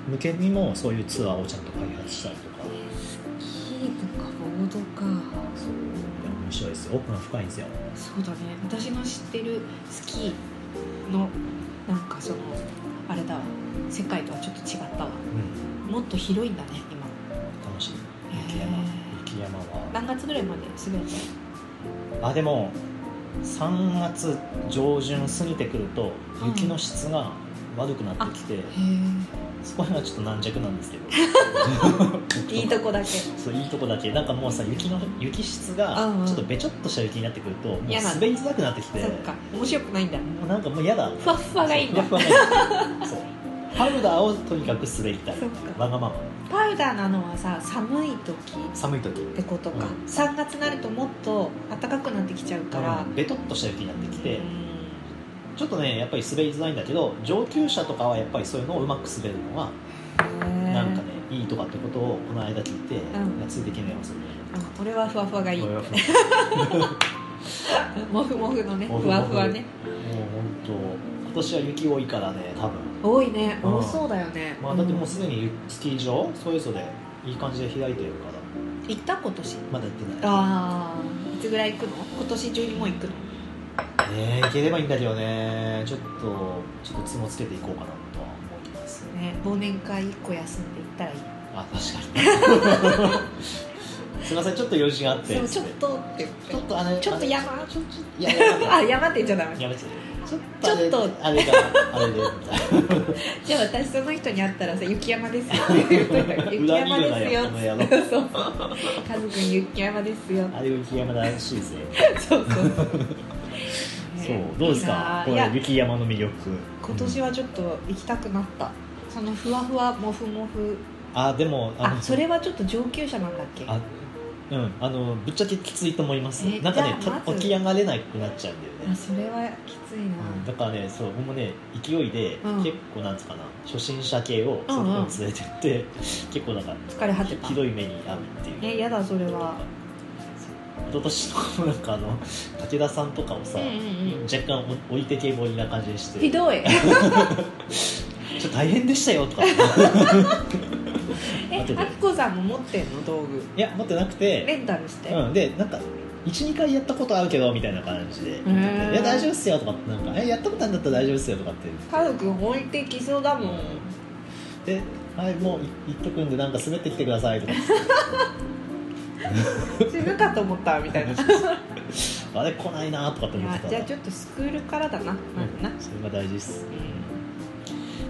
B: 向けにもそういうツアーをちゃんと開発したりとか
A: キーとかボードか
B: そういや面白いですよ奥が深いんですよ
A: そうだね私の知ってるスキーのなんかそのあれだわ世界とはちょっと違ったわ
B: うん
A: もっと広いんだね今
B: 楽しい雪
A: へ
B: 山
A: ー
B: 雪山は
A: 何月ぐらいまで滑るの
B: あでも3月上旬過ぎてくると
A: うん
B: 雪の質が悪くなってきて、
A: へ
B: そこら辺はちょっと軟弱なんですけど
A: え いいとこだけ
B: そういいとこだけなんかもうさ雪の雪質が
A: うんうん
B: ちょっとべちょっとした雪になってくるともう
A: 嫌なんだ
B: 滑りづらくなってきて
A: そっか面白くないんだ
B: もうなんかもう嫌だ
A: ふわっふわがいいんだ
B: そうふわふわがいいそうパウダーをとにかく滑りたい
A: そっか
B: わがまま
A: パウダーなのはさ寒い時っ
B: 寒い時
A: てことか、
B: う
A: 3月になるともっと暖かくなってきちゃうから、
B: ベトっとした雪になってきて、
A: うん
B: ちょっとねやっぱり滑りづらいんだけど上級者とかはやっぱりそういうのをうまく滑るのがなんかね、いいとかってことをこの間聞いて、
A: うん
B: いやついていけないわそれ
A: あこれはふわふわがいい
B: 俺は
A: モフモフのね
B: もう
A: ふわふわね
B: もう本当今年は雪多いからね多分、
A: 多いね
B: うん
A: 多そうだよね、
B: まあ、だってもうすでにスキー場それぞれいい感じで開いてるから
A: うん行った今年
B: まだ行ってない
A: ああいつぐらい行くの今年中にもう行くの
B: ねえ行ければいいんだけどねちょっとちょっとつもつけていこうかなとは思います
A: ね忘年会1個休んで行ったらいい
B: あ確かに すいませんちょっと用事があって
A: そうちょっとって
B: ち
A: 言
B: ょ
A: っ
B: ってとあれ
A: ちょっと
B: あれ
A: 山
B: ちょっといやいや
A: あ山って言っちゃダメ
B: やめてちょっ
A: とあれ
B: あれがあれでみたいな
A: じゃあ私その人に会ったらさ「雪山ですよ」って言うといたから雪山ですよ」
B: 裏切るなよ
A: ってそうそう「カズくん雪山ですよ」
B: あれ雪山らしいですね。
A: そうそうそう
B: そう、どうですか。こ
A: いや
B: れ雪山の魅力。
A: 今年はちょっと行きたくなったそのふわふわもふもふ
B: あでもあ
A: あ
B: の
A: それはちょっと上級者なんだっけ
B: あうんあのぶっちゃけきついと思います、
A: え
B: なんかね
A: じゃあま
B: た
A: ず
B: 起き上がれなくなっちゃうんだよね
A: あそれはきついな、
B: うんだからねそう僕もね勢いで、
A: うん
B: 結構なんつうかな初心者系をその子に連れてって、結構なんか
A: 疲れ果てた
B: ひどい目に遭うっていう
A: えやだそれは
B: 一昨年とかもなんかあの武田さんとかをさ、
A: うんうんうん
B: 若干お置いてけぼりな感じにして
A: ひ どい
B: ちょっと大変でしたよとか
A: えあ
B: 後
A: き
B: で
A: こさんも持ってんの道具
B: いや持ってなくて、
A: レンタルして、
B: うん、でなんか12回やったことあるけどみたいな感じで「い
A: ー
B: や大丈夫っすよ」とかってなんか「えやったことあるんだったら大丈夫っすよ」とかって
A: 家族置いてきそうだもん、
B: で「はいもう行っとくんでなんか滑ってきてください」とか
A: 死ぬかと思ったみたいない
B: 「 あれ来ないな」とかって思っ
A: や
B: てた
A: じ
B: ら
A: ゃあちょっとスクールからだな、まずな
B: うん、それが大事っす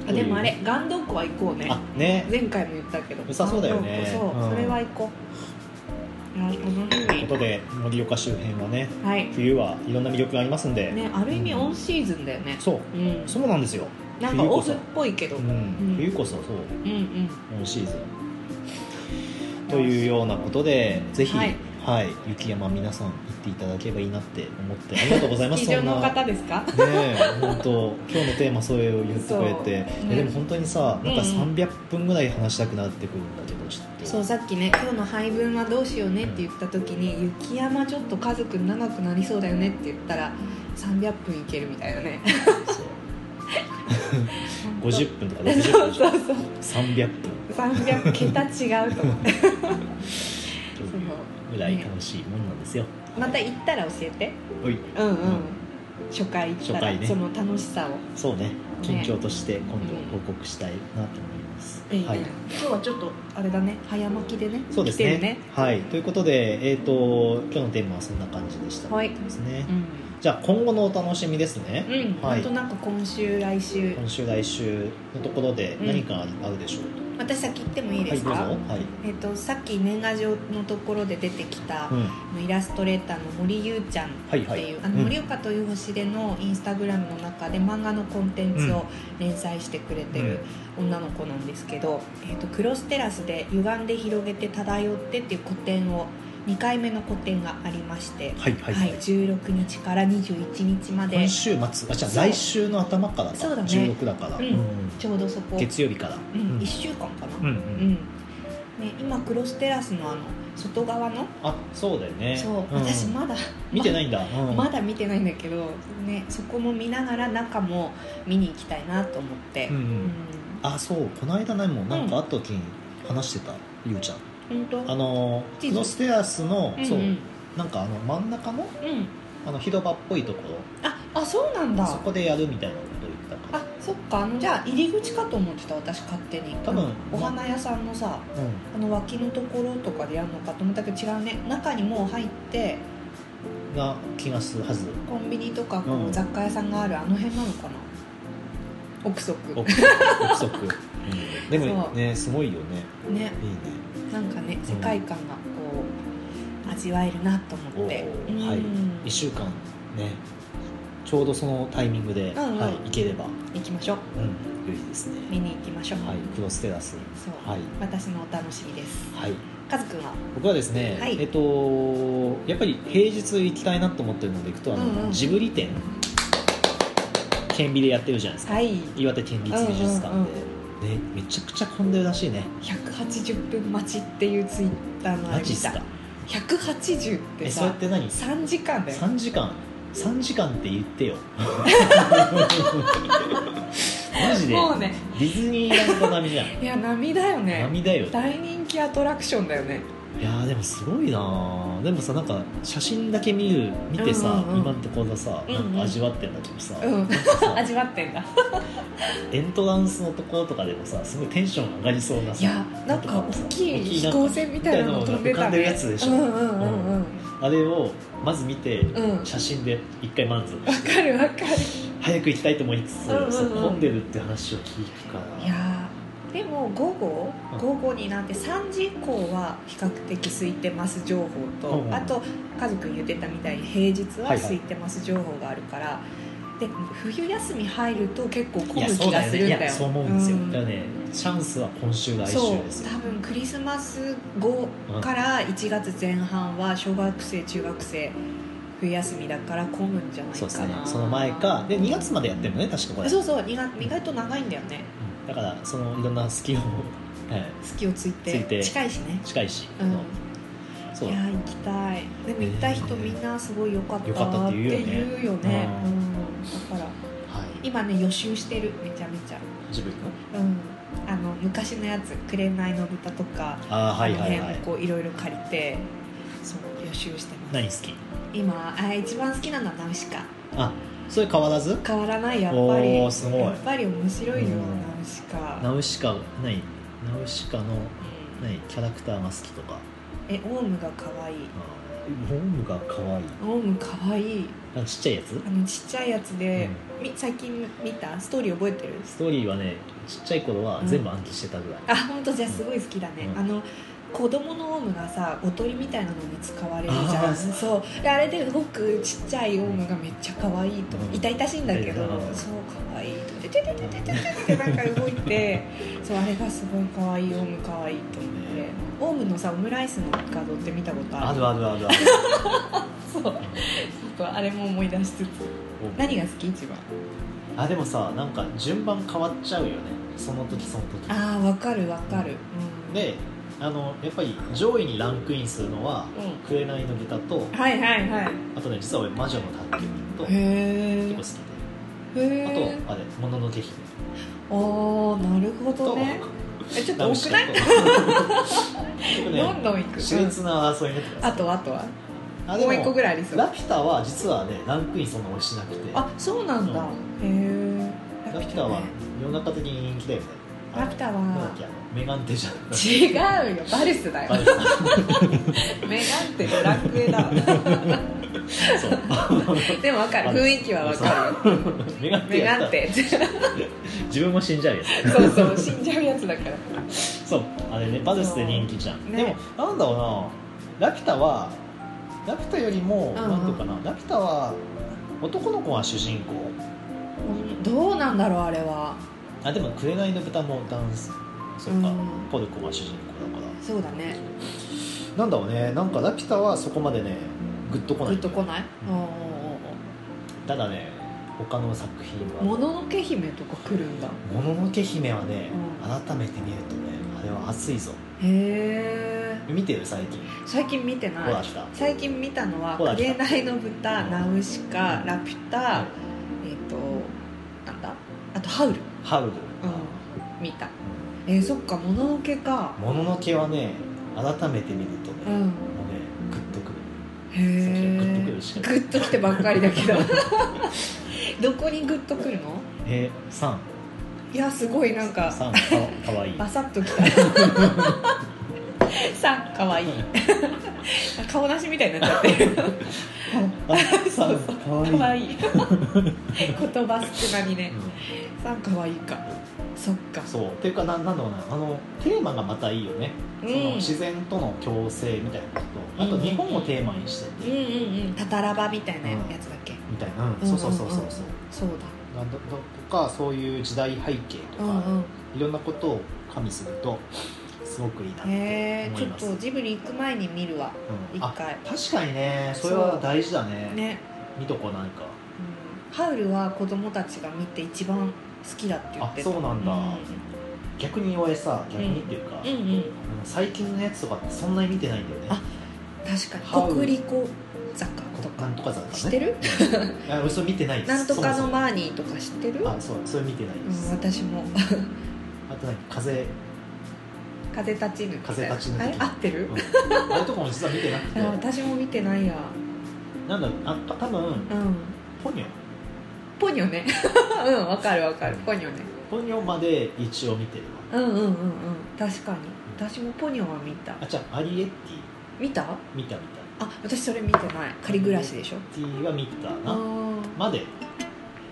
A: あでもあれ岩洞湖は行こうね
B: あね
A: 前回も言ったけど
B: 良さそうだよね
A: 岩洞湖そう、
B: うん
A: それは行こういや楽
B: という
A: し
B: ことで盛岡周辺はね
A: みはい
B: 冬はいろんな魅力がありますんで、
A: ねある意味オンシーズンだよね
B: そう
A: うん
B: そうなんですよ、
A: なんか
B: 冬
A: オ
B: こそ
A: フっぽいけど、
B: う
A: うんん、うん
B: 冬こそそう
A: うん
B: 今シーズンというようなことでぜひ、
A: は
B: はいい雪山皆さん行っていただければいいなって思ってありがとうござい ます
A: 非常の
B: そんな
A: 方ですか
B: ねえ本当今日のテーマそれを言ってくれて、
A: そう
B: い
A: ね
B: やでも本当にさなんか
A: うんうん
B: 300分ぐらい話したくなってくるんだけどちょっと
A: そうさっきね今日の配分はどうしようねって言った時に「雪山ちょっと家族長くなりそうだよね」って言ったら300分いけるみたいなね
B: そう50分とか60
A: そう
B: 分
A: そうそう
B: 300分
A: 300桁違うと思って
B: とい
A: そう
B: うぐらい楽しいもんなんですよ、
A: また行ったら教えて
B: おい
A: うんうん、
B: うん
A: 初回行ったら、
B: 初回ね
A: その楽しさを
B: そうね近況として今度
A: うん
B: 報告したいなと思います、
A: いいね
B: はい
A: 今日はちょっとあれだね早巻きでね
B: そうで
A: 来
B: す
A: て
B: ね
A: るね
B: はいということでえっ、と今日のテーマはそんな感じでした、
A: はい
B: ですね
A: うん、
B: じゃあ今後のお楽しみですね、
A: うん
B: はい
A: ほんとなんか今週来週
B: 今週来週のところで何かあるでしょう、
A: 私先行ってもいいですか、
B: はいどうぞはい、
A: えっとさっき年賀状のところで出てきた
B: う、ん、
A: イラストレーターの森ゆうちゃんっていう、
B: はいはい
A: あの
B: うん
A: 森岡という星でのインスタグラムの中で漫画のコンテンツを連載してくれてる女の子なんですけど「えー、とクロステラスで歪んで広げて漂って」っていう個展を2回目の個展がありまして、
B: はいはい
A: はい16日から21日まで
B: 今週末あじゃあ
A: そう
B: 来週の頭からだ
A: そうだね
B: 16だから、
A: うんちょうどそこ、
B: 月曜日から、
A: う、
B: うんん
A: 1週間かな、
B: うんう
A: うん
B: ん
A: ね、今クロステラスのあの外側の、
B: あそうだよね
A: そう、
B: ん
A: 私まだ
B: 見てないんだ、うん
A: まだ見てないんだけど、ね、そこも見ながら中も見に行きたいなと思って、
B: うんう
A: うん
B: んあそうこの間ねもうなんかあった時に話してた、ゆうちゃん
A: 本当
B: あの
A: 地
B: ク
A: 図
B: ロステアスの、
A: うん
B: そう
A: うん
B: なんかあの真ん中の
A: うん
B: あの広場っぽいところ
A: ああそうなんだ
B: そこでやるみたいなこと言ったか
A: あそっかあのじゃあ入り口かと思ってた私勝手に
B: 多分
A: うんお花屋さんのさ
B: ら、うん、
A: あの脇のところとかでやるのかと思ったけど違うね中にもう入って
B: な気がする はず
A: コンビニとかこ
B: う
A: うん雑貨屋さんがあるあの辺なのかな憶測
B: 憶測、うん、でもねすごいよね
A: ね
B: いいね
A: なんかね世界観がこう味わえるなと思って、
B: おーはい
A: うん
B: 1週間ねちょうどそのタイミングで、
A: うんうん
B: はい、行ければ、
A: 行きましょう
B: うん、良いですね、
A: 見に行きましょう、
B: はい、クロステラス
A: そう、
B: はい
A: 私のお楽しみです
B: はい
A: カズくんは
B: 僕はですね、
A: はい
B: えっとやっぱり平日行きたいなと思ってるので行くとあの、
A: うんうん
B: ジブリ展顕微でやってるじゃないですか、
A: はい
B: 岩手県立美術館で、
A: うんうん
B: ねめちゃくちゃ混んでるらしいね
A: 180分待ちっていうツイッターのあ
B: マ
A: れ
B: ジ
A: 見
B: っす
A: た
B: か
A: 180って
B: えそう
A: さ
B: やって何
A: 3時間だよ
B: 3時間3時間って言っ てよマジでデ
A: もうね
B: ィズニーランド並みじ ゃん
A: いや波だよね
B: 並だよ
A: 大人気アトラクションだよね
B: いやーでもすごいなーでもさなんか写真だけ見る見てさ、
A: うんうんうん
B: 今のところさ
A: うんう
B: なんんか味わってんだけどさ、
A: うん
B: なんか さ
A: 味わってんだ
B: エントランスのところとかでもさすごいテンション上がりそうなさ
A: いやなんか大きい飛行船みたいなの飛んでた
B: みたいなのが浮かんでるやつでしょ
A: うんうんうんうん
B: あれをまず見て、
A: うん
B: 写真で一回満足
A: わかるわかる
B: 早く行きたいと思いつつ、
A: うんうんうん
B: そう混んでるって話を聞くから
A: いやーでも午後
B: うん
A: 午後になって3時以降は比較的空いてます情報と、
B: うん
A: あと家族言ってたみたいに平日は
B: はいはい
A: 空いてます情報があるから、で冬休み入ると結構
B: い
A: 混
B: や
A: む
B: そ
A: 気
B: う
A: が
B: だよ
A: す
B: ね
A: るん
B: い
A: だ
B: や
A: よ
B: そう思うんですよ、
A: うん
B: だからねチャンスは今週来週
A: そう
B: ですよ
A: 多分クリスマス後から1月前半は小学生中学生冬休みだから混むんじゃないか
B: そう
A: な
B: ですねその前かで2月までやってるのね確かこれ
A: そうそう意外意外と長いんだよね
B: うんだからそのいろんなスキルも、 はい、
A: 隙をついて
B: ついて
A: 近いしね
B: 近いし、
A: うん
B: そう
A: いや行きたいでも行った人みんなすごい良かった
B: 良かったって言うよね
A: って言うよねう
B: う
A: んだから
B: はい
A: 今ね予習してるめちゃめちゃ
B: ジブリの
A: うんあの昔のやつ「紅の豚」とか
B: ああ
A: あ
B: はい
A: の
B: はい
A: 辺を
B: はい
A: こういろいろ借りてそう予習してます
B: 何好き
A: 今あ一番好きなのはナウシカ
B: あそれ変わらず
A: 変わらないやっぱり
B: お
A: や
B: お
A: っ
B: すごい
A: ぱり面白いよ、
B: うん
A: ナウシカ
B: ナウシカ何ナウシカの
A: うん
B: 何キャラクターが好きとか
A: えオウムが可愛い
B: あーホームが可愛い
A: オウム可愛い
B: あのちっちゃいやつ
A: あのちっちゃいやつで、み最近見たストーリー覚えてる
B: ストーリーはねちっちゃい頃は全部暗記してたぐらい、
A: あ本当じゃあすごい好きだね、
B: うん
A: あの子供のオウムがさおとりみたいなのに使われるじゃ
B: あ
A: ん
B: ー
A: そうであれで動くちっちゃいオウムがめっちゃ可愛いと
B: うん
A: 痛々しいんだけど、
B: うん
A: そう可愛いとてててててててってなんか動いてそうあれがすごい可愛いオウム可愛いと思って、
B: ね
A: オウムのさオムライスの画像って見たことあ
B: あ
A: る
B: るあるあるある
A: そうちょっとあれも思い出しつつ 何が好き一番
B: あでもさなんか順番変わっちゃうよねその時その時
A: ああわかるわかる、うん、
B: であのやっぱり上位にランクインするのは
A: うん
B: 「紅の豚」と
A: はいはいはい
B: あとね実は俺「魔女の宅急便」と結
A: へえ
B: 構好き
A: へ
B: であ
A: え
B: とあれ「もののけ姫」
A: あーなるほど
B: と
A: ねえちょっと
B: ナウ
A: 多
B: シ
A: く
B: カ
A: ない
B: と結構
A: どん
B: ね
A: どんいく
B: 熾烈な争いになって
A: う
B: ま
A: ん
B: す
A: あとはあとは
B: あで
A: も
B: も
A: う一個ぐらいありそう
B: ラピュタは実はねランクインそんな俺しなくてラ
A: あそうなんだ、へえ
B: ピュタは世の中的に人気だよね
A: ラピュタは
B: なんだっけあのメガンテじゃ ん
A: 違うよバルスだよ
B: バレた
A: メガンテドラクエだ
B: そう
A: でも分かる
B: バルス
A: 雰囲気は分かるよ
B: メガンテ
A: メ
B: やった
A: ガンテ
B: 自分も死んじゃうやつ
A: そうそう死んじゃうやつだから
B: そうあれねバルスで人気じゃん、
A: ね
B: でもなんだろうなラピュタはラピュタよりも
A: んうん
B: 何ていうかな、ラピュタは男の子が主人公
A: うんどうなんだろうあれは
B: あでも「紅の豚」もダンスそっか、
A: うん
B: ポルコが主人公だから
A: そうだね
B: なんだろうねなんか「ラピュタ」はそこまでねグッとこな
A: グッ
B: い
A: とこない
B: うん
A: おーおー
B: ただね他の作
A: おー
B: 品
A: も
B: は
A: ののけ姫とか来るんだ
B: 「もののけ姫」はね、
A: う
B: 改めて見るとねあれは熱いぞ
A: へえ
B: 見てる最近
A: 最近見て
B: ほ
A: ない
B: ら来た
A: 最近見たのは「
B: ほら来た
A: 紅の豚」「ナウシカ」「ラピュタ」えっ、となんだあと「ハウル
B: ハウル」
A: 見たえー、そっか「もののけ」か
B: もののけはね改めて見ると
A: う
B: ね、
A: ん
B: もうねグッとくる
A: へ
B: そうグッとく
A: え
B: るしか
A: グッときてばっかりだけ どどこにグッとくるの
B: えー、三
A: いやすごいなんか
B: 三かわいい
A: バサッとき たさあか わいい顔なしみたいになっちゃってる
B: あ三かわいい
A: か わいい言葉少なにね
B: う
A: さあかわいいかそっか
B: んそうっていうかなんなんだろうなあのテーマがまたいいよね、
A: う
B: その
A: ん
B: 自然との共生みたいなことあと
A: うん
B: 日本をテーマにし
A: う
B: て
A: んうんうんタタラバみたいなやつだっけ、
B: みたいな、うん
A: うん
B: そうそうそうそうそう
A: そう
B: なんだとかそういう時代背景と
A: だ
B: か、
A: うんうん
B: いろんなことを加味するとすごくいいなって
A: へえ
B: 思
A: ち
B: い
A: ょっ
B: ます、
A: とジブリ行く前に見るわ
B: うん
A: 一
B: あ
A: 回
B: 確かにねそれは大事だね
A: ね、
B: 見とこないか
A: うん、ハウルは子供たちが見て一番好きだって言っ
B: あ
A: てた
B: そうなんだ、逆に俺さ逆にっていうか、
A: うん、うんうん
B: あの最近のやつとかってそんなに見てないんだよね
A: あ確
B: ハ
A: か
B: ウル
A: に国立小坂と
B: な
A: か
B: んとか座だね
A: 知ってる
B: いや俺それ見てないです
A: なんとか
B: そ
A: の
B: もそも
A: マーニーとか知ってる
B: あそうそれ見てないで
A: うん、
B: す、
A: 私も
B: あと何風、
A: 風立ちぬみたいな
B: 風立ちぬ
A: あれ合ってる、
B: うんあれとかも実は見てなく て
A: あ私も見てないや
B: なんだろうあた多分
A: うん
B: ポニョ
A: ポニョね うんわかるわかるポニョね
B: ポニョまで一応見てるわ
A: うんうんうんうん確かに私もポニョは見た
B: あじゃあアリエッテ
A: 見たあ
B: ィ見た見た
A: 私それ見てない仮暮らしでしょ
B: ティは見た
A: あ
B: なまで
A: ー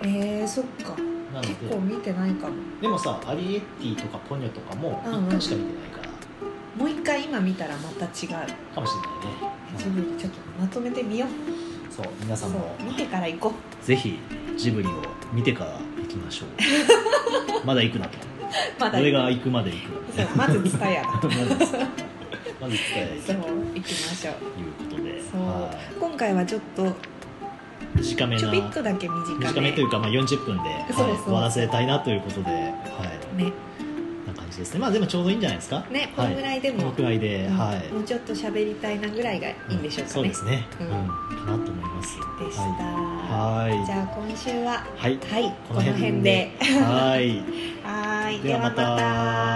A: えー、そっか
B: なの
A: 結構
B: で
A: 見てないかも
B: でもさアリエッティとかポニョとかも
A: うんうん
B: 1回しか見てないから、
A: もう一回今見たらまた違う
B: かもしれない
A: ちょ
B: ね
A: っとちょっとまとめてみよう
B: そう皆さんも
A: そう見てから行こう
B: ぜひジブリを見てから行きましょうまだ行くなと
A: まだ
B: 俺が行くまで行く
A: そうまず蔦屋だ
B: まず まず伝え
A: そ
B: た
A: う
B: いと
A: 行きましょう
B: いうことで
A: そう
B: は
D: 今回はちょっと
B: い短め
A: ち
B: な
A: ょびっとだけ短め
B: 短めというか、まあ、40分で、はい
A: そうそう
B: 終わらせたいなということで、はい、
A: ね
B: な感じですねまあでもちょうどいいんじゃないですか
A: ね
B: はい
A: このぐらいでも
B: このぐらいで、
A: うん
B: はい
A: もうちょっと喋りたいなぐらいがいいんでしょうかね、
B: そうですね、
A: う
B: うんんかなと思います
A: でした、
B: はいはい
A: じゃあ今週は
B: はい
A: はいこ
B: こ
A: の
B: の
A: 辺
B: 辺
A: で
B: ではい
A: はーい
B: ではまた
A: ではまた